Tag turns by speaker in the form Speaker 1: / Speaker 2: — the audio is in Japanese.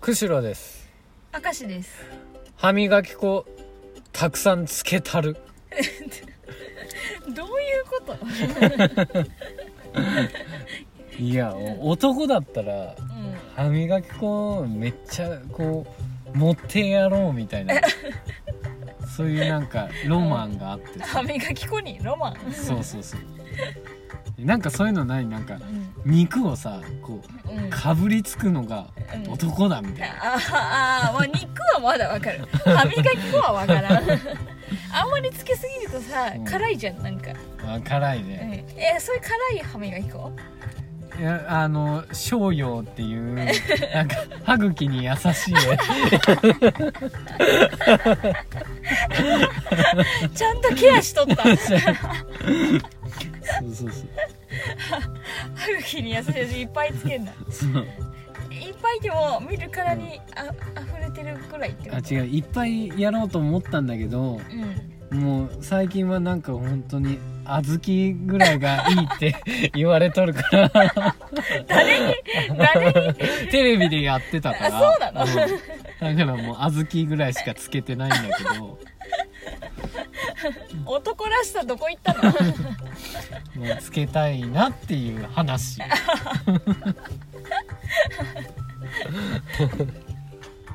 Speaker 1: 釧路です
Speaker 2: 明石です
Speaker 1: 歯磨き粉たくさんつけたる
Speaker 2: どういうこと
Speaker 1: いやお男だったら
Speaker 2: うん
Speaker 1: 歯磨き粉めっちゃこう持ってやろうみたいなそういうなんかロマンがあって
Speaker 2: 歯磨き粉にロマン
Speaker 1: そうそうそうなんかそういうのないなんか
Speaker 2: うん
Speaker 1: 肉をさこ
Speaker 2: うん
Speaker 1: うかぶりつくのが
Speaker 2: うん
Speaker 1: 男だみたいな
Speaker 2: ああ、まあ、肉はまだわかる歯磨き粉はわからんあんまりつけすぎるとさ、
Speaker 1: うん
Speaker 2: 辛いじゃんなんか、
Speaker 1: あ辛い
Speaker 2: うん、
Speaker 1: ね
Speaker 2: えそういう辛い歯磨き粉
Speaker 1: いやあの商用っていうなんか歯茎に優しいね
Speaker 2: ちゃんとケアしとった歯
Speaker 1: そうそうそう
Speaker 2: 茎に優しいしいっぱいつけんな
Speaker 1: そう
Speaker 2: いっぱいでも見るからにあ溢れてるくらいってこ
Speaker 1: あ
Speaker 2: と
Speaker 1: 違ういっぱいやろうと思ったんだけど
Speaker 2: うん
Speaker 1: もう最近はなんか本当に小豆ぐらいがいいって 言われとるから
Speaker 2: 誰に誰に
Speaker 1: テレビでやってたから
Speaker 2: あそうな
Speaker 1: う
Speaker 2: の
Speaker 1: んだからもう小豆ぐらいしかつけてないんだけども
Speaker 2: 男らしさどこ行ったの
Speaker 1: うつけたいなっていう話